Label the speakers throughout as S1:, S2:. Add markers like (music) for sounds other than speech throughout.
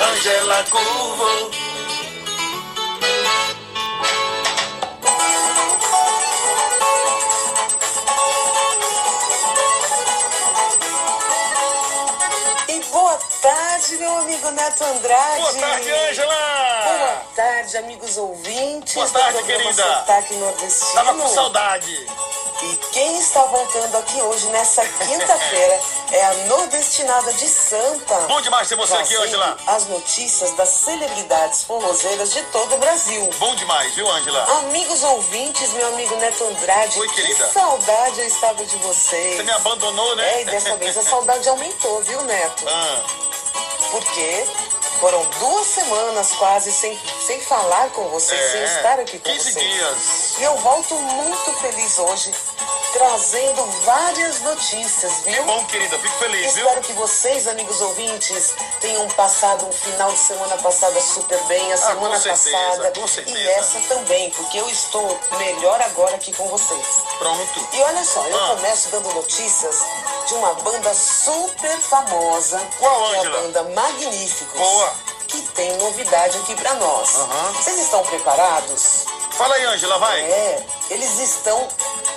S1: Angela Curvo.
S2: E boa tarde, meu amigo Neto Andrade.
S1: Boa tarde, Angela!
S2: Boa tarde, amigos ouvintes.
S1: Boa tarde,
S2: do programa
S1: querida.
S2: Sotaque Nordestino.
S1: Tava com saudade.
S2: E quem está voltando aqui hoje, nessa
S1: (laughs)
S2: quinta-feira, é a Nordestinada de Santa.
S1: Bom demais ter você aqui,
S2: Trazendo
S1: Angela.
S2: As notícias das celebridades forrozeiras de todo o Brasil.
S1: Bom demais, viu,
S2: Ah.
S1: Angela?
S2: Amigos ouvintes, meu amigo Neto Andrade.
S1: Oi, querida.
S2: Que saudade eu estava de vocês.
S1: Você me abandonou, né?
S2: É, e dessa vez a saudade aumentou, viu, Neto?
S1: (laughs) Ah,
S2: Porque foram duas semanas quase sem, sem falar com vocês, sem estar aqui com
S1: 15
S2: vocês.
S1: é. dias.
S2: E eu volto muito feliz hoje, trazendo várias notícias, viu?
S1: Bom, querida, fico feliz, viu?
S2: Espero que vocês, amigos ouvintes, tenham passado um final de semana passada super bem, a
S1: Ah, com
S2: semana
S1: certeza,
S2: passada
S1: com certeza.
S2: e essa também, porque eu estou melhor agora aqui com vocês.
S1: Pronto.
S2: E olha só, eu
S1: Ah.
S2: começo dando notícias de uma banda super famosa,
S1: Qual,
S2: que é a
S1: Ângela?
S2: banda Magníficos.
S1: Boa.
S2: Que tem novidade aqui pra nós.
S1: Aham.
S2: Vocês estão preparados?
S1: Fala aí, Angela, vai.
S2: É, eles estão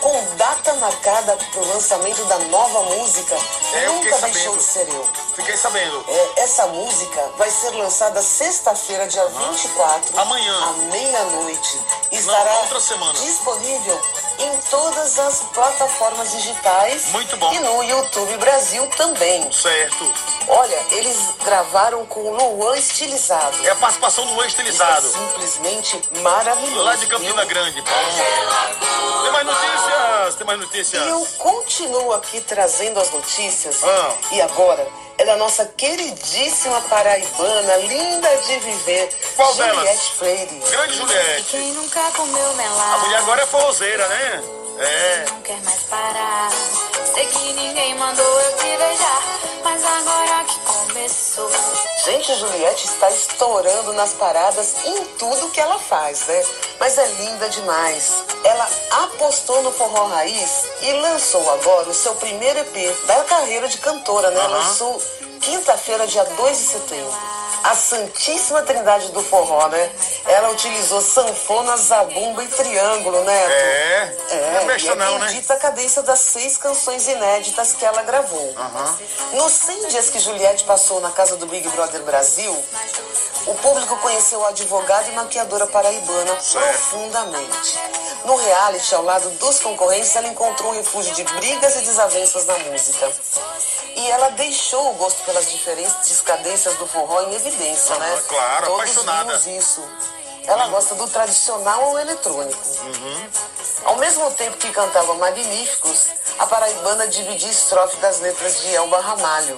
S2: com data marcada pro lançamento da nova música.
S1: É, eu fiquei
S2: Nunca deixou
S1: sabendo.
S2: de ser eu.
S1: Fiquei sabendo.
S2: É, essa música vai ser lançada sexta-feira, dia 24,
S1: Ah, Amanhã.
S2: à meia-noite. E Estará
S1: outra semana.
S2: disponível em todas as plataformas digitais.
S1: Muito bom.
S2: E no YouTube Brasil também.
S1: Certo.
S2: Olha, eles gravaram com o Luan Estilizado.
S1: É a participação do
S2: Está
S1: ex-estilizado.
S2: simplesmente maravilhoso.
S1: Lá
S2: viu?
S1: de Campina Grande. Bom. Tem mais notícias, tem mais
S2: E eu
S1: notícias.
S2: continuo aqui trazendo as notícias.
S1: Ah.
S2: E agora é da nossa queridíssima paraibana, linda de viver,
S1: Qual
S2: Juliette
S1: delas?
S2: Freire.
S1: Grande Juliette.
S3: Quem nunca comeu melado
S1: A mulher agora é forrozeira, né? É.
S3: não quer mais parar. Sei que ninguém mandou eu te beijar, mas agora que começou.
S2: Gente, a Juliette está estourando nas paradas em tudo que ela faz, né? Mas é linda demais. Ela apostou no forró raiz e lançou agora o seu primeiro EP da carreira de cantora, né?
S1: Aham.
S2: Lançou quinta-feira, dia 2 de setembro. A Santíssima Trindade do Forró, né? Ela utilizou sanfona, zabumba e triângulo, né?
S1: É. Não é
S2: e
S1: besta
S2: é
S1: não, né?
S2: bendita a cadência das seis canções inéditas que ela gravou. Nos 100 dias que Juliette passou na casa do Big Brother Brasil, o público conheceu a advogada e maquiadora paraibana profundamente. No reality, ao lado dos concorrentes, ela encontrou um refúgio de brigas e desavenças na música. E ela deixou o gosto pelas diferentes cadências do forró em evidência,
S1: Aham,
S2: né?
S1: Ah, claro,
S2: Todos
S1: apaixonada.
S2: vimos isso. Ela gosta do tradicional ao eletrônico.
S1: Uhum.
S2: Ao mesmo tempo que cantava Magníficos, a paraibana dividia estrofe das letras de Elba Ramalho.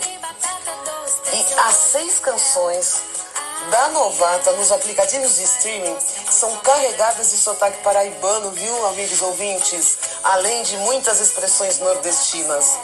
S2: E as seis canções da novata nos aplicativos de streaming são carregadas de sotaque paraibano, viu, amigos ouvintes? Além de muitas expressões nordestinas.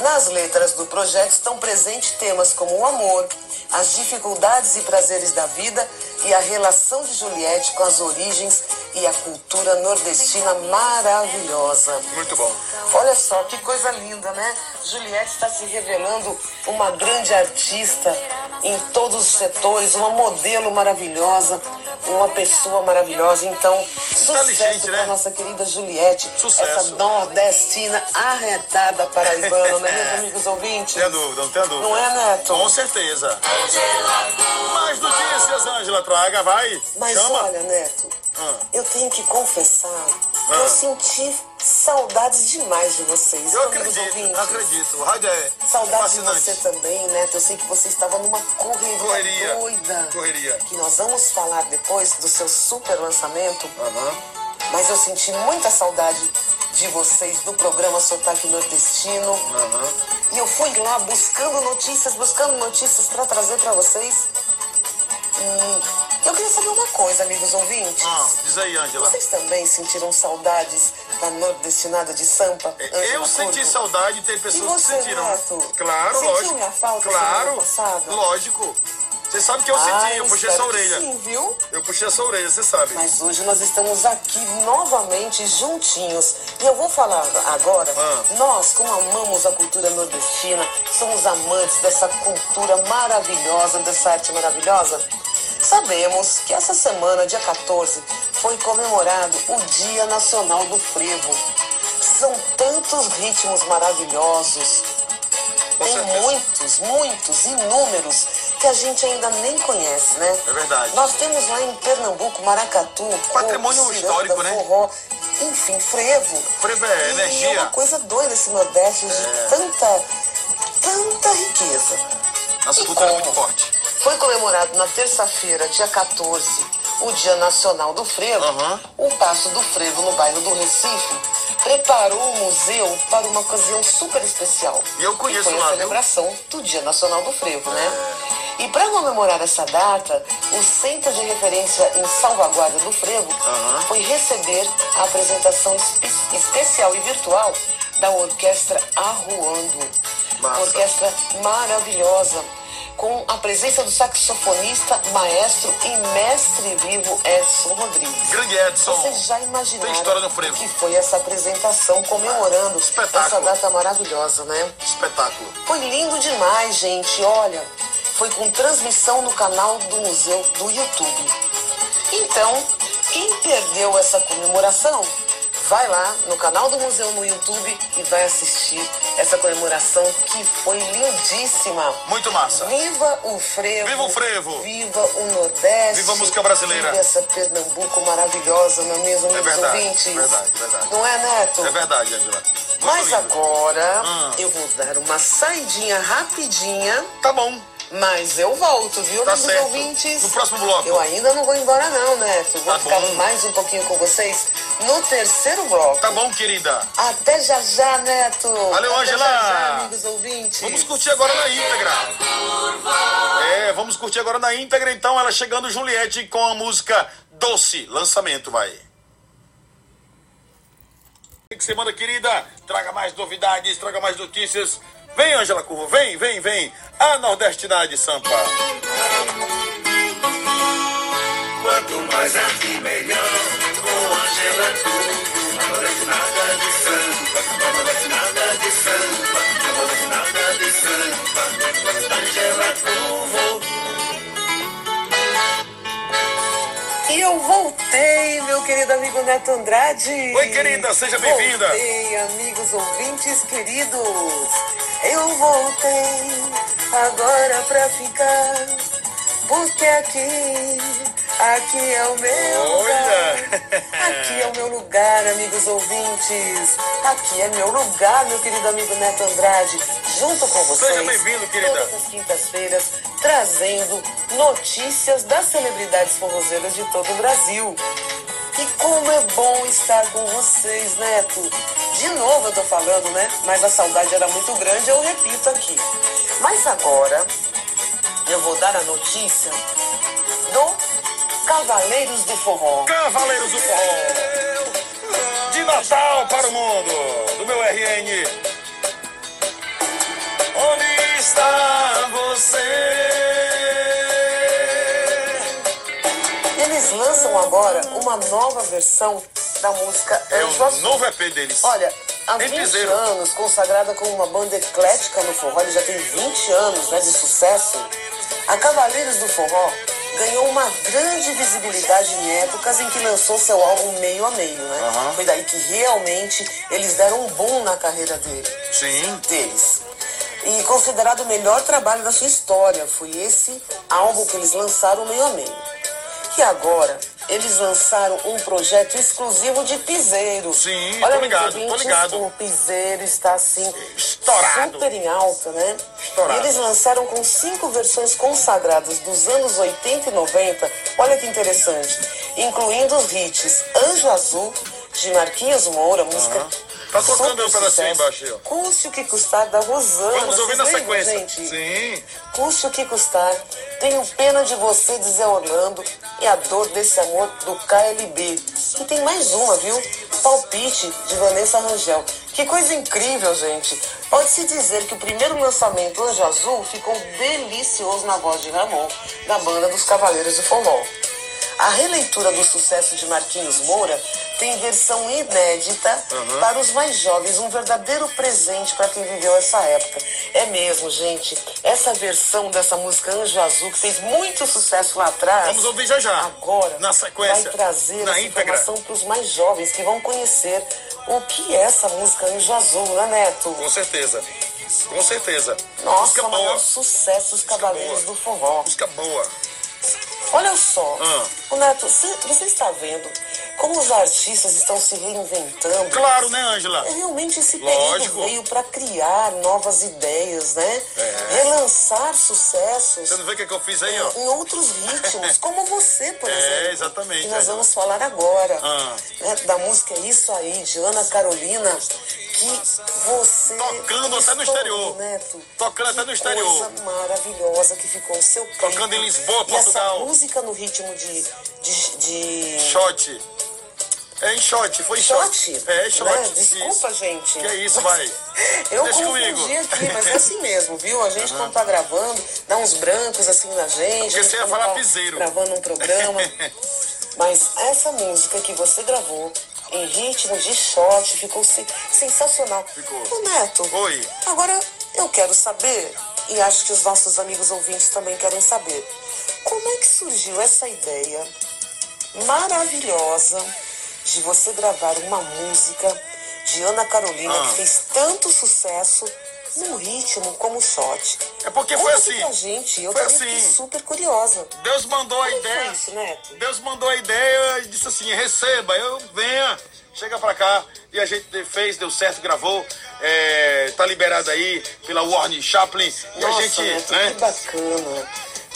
S2: Nas letras do projeto estão presentes temas como o amor, as dificuldades e prazeres da vida e a relação de Juliette com as origens e a cultura nordestina maravilhosa.
S1: Muito bom.
S2: Olha só que coisa linda, né? Juliette está se revelando uma grande artista em todos os setores, uma modelo maravilhosa, uma pessoa maravilhosa. Então,
S1: Inteligente,
S2: sucesso para
S1: né?
S2: nossa querida Juliette,
S1: Sucesso.
S2: essa nordestina arretada paraibana, né,
S1: (laughs) É.
S2: meus amigos ouvintes?
S1: Não tenha dúvida, não tenha dúvida.
S2: Não é, Neto?
S1: Com certeza. Mais notícias, Angela Traga, vai.
S2: Mas
S1: Chama.
S2: olha, Neto,
S1: Ah.
S2: eu tenho que confessar que
S1: Ah.
S2: eu senti saudades demais de vocês,
S1: eu
S2: amigos
S1: acredito,
S2: ouvintes.
S1: acredito. O rádio é
S2: Saudades de
S1: fascinante.
S2: você também, Neto. Eu sei que você estava numa correria,
S1: Correria,
S2: doida.
S1: correria.
S2: Que nós vamos falar depois do seu super lançamento.
S1: Aham.
S2: Mas eu senti muita saudade de vocês do programa Sotaque Nordestino.
S1: Aham.
S2: E eu fui lá buscando notícias, buscando notícias para trazer para vocês. E eu queria saber uma coisa, amigos ouvintes.
S1: Ah, diz aí, Angela.
S2: Vocês também sentiram saudades da nordestinada de Sampa?
S1: É, Eu senti
S2: saudades.
S1: saudade e tem pessoas
S2: E você,
S1: que sentiram.
S2: Neto?
S1: Claro,
S2: Sentiu
S1: lógico.
S2: minha falta
S1: claro,
S2: semana passada?
S1: lógico. Você sabe que eu
S2: Ah,
S1: senti, eu puxei sua
S2: espero que
S1: orelha.
S2: Sim, viu?
S1: Eu puxei a sua orelha, você sabe.
S2: Mas hoje nós estamos aqui novamente juntinhos. E eu vou falar agora,
S1: Ah.
S2: nós, como amamos a cultura nordestina, somos amantes dessa cultura maravilhosa, dessa arte maravilhosa. Sabemos que essa semana, dia 14, foi comemorado o Dia Nacional do Frevo. São tantos ritmos maravilhosos,
S1: Com
S2: tem
S1: certeza.
S2: muitos, muitos, inúmeros que a gente ainda nem conhece, né?
S1: É verdade.
S2: Nós temos lá em Pernambuco, Maracatu,
S1: Patrimônio
S2: coco,
S1: histórico,
S2: ciranda,
S1: né?
S2: Forró, enfim, frevo.
S1: Frevo é
S2: E
S1: energia. É.
S2: É uma coisa doida esse Nordeste de tanta, tanta riqueza.
S1: Nossa
S2: E
S1: cultura é
S2: como?
S1: muito forte.
S2: Foi comemorado na terça-feira, dia 14, o Dia Nacional do Frevo.
S1: Aham.
S2: O Passo do Frevo, no bairro do Recife, preparou o museu para uma ocasião super especial.
S1: E eu conheço
S2: foi
S1: lá,
S2: a
S1: viu?
S2: celebração do Dia Nacional do Frevo, né? E para comemorar essa data, o Centro de Referência em Salvaguarda do Frevo
S1: Aham.
S2: foi receber a apresentação espe- especial e virtual da Orquestra Arruando.
S1: Massa.
S2: Uma orquestra maravilhosa, com a presença do saxofonista, maestro e mestre vivo Edson Rodrigues.
S1: Grande Edson.
S2: Vocês já imaginaram
S1: Tem história no frevo.
S2: o que foi essa apresentação comemorando
S1: Espetáculo.
S2: essa data maravilhosa, né?
S1: Espetáculo.
S2: Foi lindo demais, gente. Olha, foi com transmissão no canal do museu do YouTube. Então, quem perdeu essa comemoração, vai lá no canal do museu no YouTube e vai assistir essa comemoração que foi lindíssima.
S1: Muito massa.
S2: Viva o frevo.
S1: Viva o frevo.
S2: Viva o Nordeste.
S1: Viva a música brasileira.
S2: Viva essa Pernambuco maravilhosa, não é mesmo, meus
S1: verdade, é
S2: ouvintes?
S1: verdade, verdade.
S2: Não é, Neto?
S1: É verdade, Angela. Muito
S2: Mas
S1: lindo.
S2: agora
S1: Ah.
S2: eu vou dar uma saidinha rapidinha,
S1: Tá bom.
S2: mas eu volto, viu,
S1: Tá
S2: meus
S1: certo.
S2: ouvintes?
S1: No próximo bloco.
S2: Eu ainda não vou embora não, Neto. Vou
S1: Tá
S2: ficar
S1: bom.
S2: mais um pouquinho com vocês no terceiro bloco.
S1: Tá bom, querida.
S2: Até já já, Neto.
S1: Valeu,
S2: Até
S1: Ângela.
S2: Já, já, amigos ouvintes.
S1: Vamos curtir agora na íntegra. É, vamos curtir agora na íntegra, então, ela chegando Juliette com a música Doce. Lançamento, vai. Que Semana querida, traga mais novidades, traga mais notícias. Vem, Ângela Curvo, vem, vem, vem. A Nordestinidade Sampa.
S4: Quanto mais aqui, melhor. Com Angela Tudo, não acontece nada de samba. Não acontece nada de samba. Não acontece nada de samba. Angela Tudo.
S2: E eu voltei, meu querido amigo Neto Andrade.
S1: Oi, querida, seja bem-vinda.
S2: Voltei, amigos ouvintes queridos. Eu voltei agora pra ficar, porque aqui, aqui é o meu
S1: Olha. (laughs)
S2: lugar. Aqui é o meu lugar, amigos ouvintes. Aqui é meu lugar, meu querido amigo Neto Andrade, junto com vocês.
S1: Seja bem-vindo, querida.
S2: Todas as quintas-feiras, trazendo notícias das celebridades forrozeiras de todo o Brasil. E como é bom estar com vocês, Neto. De novo eu tô falando, né? Mas a saudade era muito grande, eu repito aqui. Mas agora eu vou dar a notícia do Cavaleiros do Forró.
S1: Cavaleiros do Forró. De Natal para o mundo, do meu RN. Onde está você?
S2: Eles lançam agora uma nova versão da música
S1: É
S2: Anjo
S1: o
S2: Azul.
S1: novo EP deles.
S2: Olha, há
S1: Nem
S2: 20
S1: piseiro.
S2: anos, consagrada como uma banda eclética no forró, ele já tem 20 anos né, de sucesso. A Cavaleiros do Forró ganhou uma grande visibilidade em épocas em que lançou seu álbum meio a meio, né?
S1: Aham.
S2: Foi daí que realmente eles deram um boom na carreira dele
S1: Sim.
S2: deles. E considerado o melhor trabalho da sua história, foi esse álbum que eles lançaram meio a meio. E agora, eles lançaram um projeto exclusivo de piseiro.
S1: Sim,
S2: Olha,
S1: tô ligado,
S2: meus ouvintes,
S1: tô ligado.
S2: O piseiro está assim,
S1: Estourado.
S2: super em alta, né?
S1: Estourado.
S2: E eles lançaram com cinco versões consagradas dos anos 80 e 90. Olha que interessante. Incluindo os hits Anjo Azul, de Marquinhos Moura, música.
S1: Tá tocando
S2: super
S1: um pedacinho
S2: sucesso.
S1: embaixo aí, ó.
S2: Custe o que custar da Rosana.
S1: Vamos ouvir na
S2: Vocês lembram,
S1: sequência.
S2: Gente?
S1: Sim.
S2: Custe o que custar. Tenho pena de você, de Zé Orlando. E a dor desse amor do KLB. E tem mais uma, viu? Palpite de Vanessa Rangel. Que coisa incrível, gente. Pode-se dizer que o primeiro lançamento Anjo Azul ficou delicioso na voz de Ramon, da banda dos Cavaleiros do Forró. A releitura do sucesso de Marquinhos Moura tem versão inédita para os mais jovens, um verdadeiro presente para quem viveu essa época. É mesmo, gente. Essa versão dessa música Anjo Azul, que fez muito sucesso lá atrás.
S1: Vamos ouvir já já.
S2: Agora,
S1: Na sequência,
S2: vai trazer
S1: na
S2: essa
S1: íntegra.
S2: informação para os mais jovens que vão conhecer o que é essa música Anjo Azul, né, Neto?
S1: Com certeza. Com certeza.
S2: Nossa,
S1: música
S2: o maior
S1: boa.
S2: sucesso os Cavaleiros do
S1: boa.
S2: Forró.
S1: Música boa.
S2: Olha só,
S1: Ah.
S2: o Neto, cê- você está vendo como os artistas estão se reinventando?
S1: Claro, né, Ângela?
S2: É realmente esse
S1: Lógico.
S2: período veio para criar novas ideias, né?
S1: É.
S2: Relançar
S1: Você
S2: sucessos
S1: não vê o que, é que eu fiz aí, ó?
S2: em outros ritmos, como você, por
S1: (laughs) É,
S2: exemplo.
S1: exatamente,
S2: Que nós
S1: é.
S2: vamos falar agora.
S1: Ah.
S2: né, da música É Isso Aí, de Ana Carolina, que você.
S1: Tocando até
S2: estourou,
S1: no exterior.
S2: Neto.
S1: Tocando até no exterior.
S2: Coisa maravilhosa que ficou o seu clipe.
S1: Tocando em Lisboa,
S2: e Essa
S1: Portugal.
S2: música no ritmo de. de, de...
S1: Shot. É em shot, foi em shot.
S2: Shot,
S1: É,
S2: né?
S1: shot.
S2: Desculpa,
S1: Isso.
S2: gente.
S1: Que é isso, vai.
S2: (laughs) Eu
S1: Deixa
S2: confundi
S1: comigo.
S2: aqui, mas é assim mesmo, viu? A gente, quando tá gravando, dá uns brancos assim na gente.
S1: Porque
S2: a gente
S1: você ia
S2: quando
S1: falar
S2: tá
S1: piseiro.
S2: Gravando um
S1: (laughs)
S2: programa. mas essa música que você gravou em ritmo de shot ficou se- sensacional.
S1: Ficou.
S2: Ô, Neto.
S1: Oi.
S2: Agora eu quero saber, e acho que os nossos amigos ouvintes também querem saber, como é que surgiu essa ideia maravilhosa de você gravar uma música de Ana Carolina
S1: Ah.
S2: que fez tanto sucesso num ritmo como shot.
S1: É porque foi
S2: Conta
S1: assim.
S2: Pra gente, eu
S1: Foi
S2: também fiquei
S1: assim.
S2: super curiosa. né,
S1: Deus mandou a
S2: Como foi
S1: ideia.
S2: isso, Neto?
S1: Deus mandou a ideia e disse assim: receba, eu venha, chega pra cá. E a gente fez, deu certo, gravou. É, tá liberado aí pela Warner Chaplin. E
S2: Nossa,
S1: a gente,
S2: Neto,
S1: né?
S2: que bacana.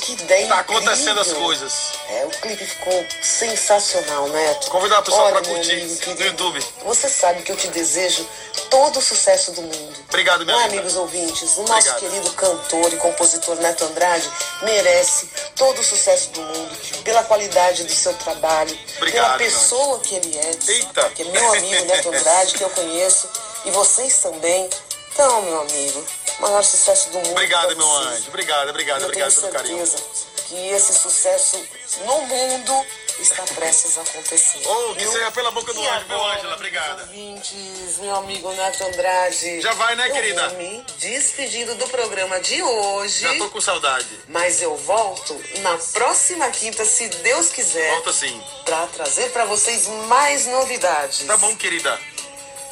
S2: Que ideia
S1: Tá acontecendo as
S2: incrível.
S1: coisas.
S2: É, o clipe ficou sensacional, Neto.
S1: Convidar a pessoa
S2: Olha,
S1: pra
S2: meu
S1: curtir
S2: amigo
S1: no
S2: querido,
S1: YouTube.
S2: Você sabe que eu te desejo todo o sucesso do mundo.
S1: Obrigado, minha
S2: Não é,
S1: linda.
S2: amigos ouvintes, o nosso
S1: Obrigado.
S2: querido cantor e compositor Neto Andrade merece todo o sucesso do mundo pela qualidade do seu trabalho,
S1: Obrigado,
S2: pela
S1: meu
S2: pessoa que ele é.
S1: Eita.
S2: Que é meu amigo Neto Andrade, que eu conheço, e vocês também. Então, meu amigo, o maior sucesso do mundo. pra
S1: Obrigado, meu
S2: vocês.
S1: anjo. Obrigado, obrigado,
S2: Eu tenho
S1: obrigado pelo carinho.
S2: certeza que esse sucesso no mundo está prestes a acontecer.
S1: Oh, que
S2: Viu?
S1: seja pela boca do
S2: E
S1: anjo, viu,
S2: agora,
S1: Ângela? Obrigada.
S2: Ouvintes, meu amigo Neto Andrade.
S1: Já vai, né,
S2: eu
S1: querida?
S2: Vou me despedindo do programa de hoje.
S1: Já tô com saudade.
S2: Mas eu volto na próxima quinta, se Deus quiser,
S1: Volta sim.
S2: para trazer para vocês mais novidades.
S1: Tá bom, querida.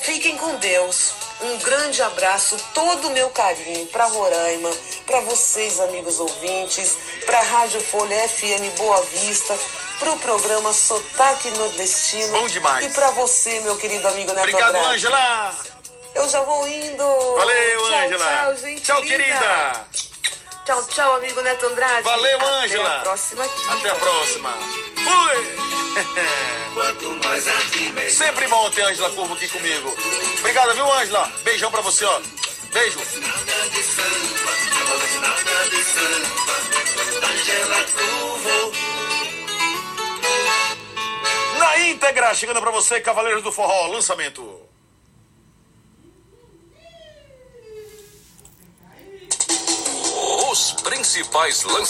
S2: Fiquem com Deus. Um grande abraço, todo o meu carinho para Roraima, para vocês, amigos ouvintes, para a Rádio Folha FM Boa Vista, para o programa Sotaque Nordestino.
S1: Bom demais.
S2: E para você, meu querido amigo Neto
S1: Obrigado,
S2: Andrade.
S1: Ângela.
S2: Eu já vou indo.
S1: Valeu,
S2: Tchau,
S1: Ângela.
S2: Tchau, gente.
S1: Tchau,
S2: linda.
S1: querida.
S2: Tchau, tchau, amigo Neto Andrade.
S1: Valeu,
S2: Até
S1: Ângela.
S2: a próxima quinta.
S1: Até a próxima. Fui!
S4: Quanto mais aqui, melhor.
S1: Sempre bom ter a Ângela Curvo aqui comigo. Obrigado, viu, Ângela? Beijão pra você, ó. Beijo.
S4: Nada de samba, nada de samba. Angela Curvo.
S1: Na íntegra, chegando pra você, Cavaleiros do Forró, lançamento.
S5: Os principais lançamentos.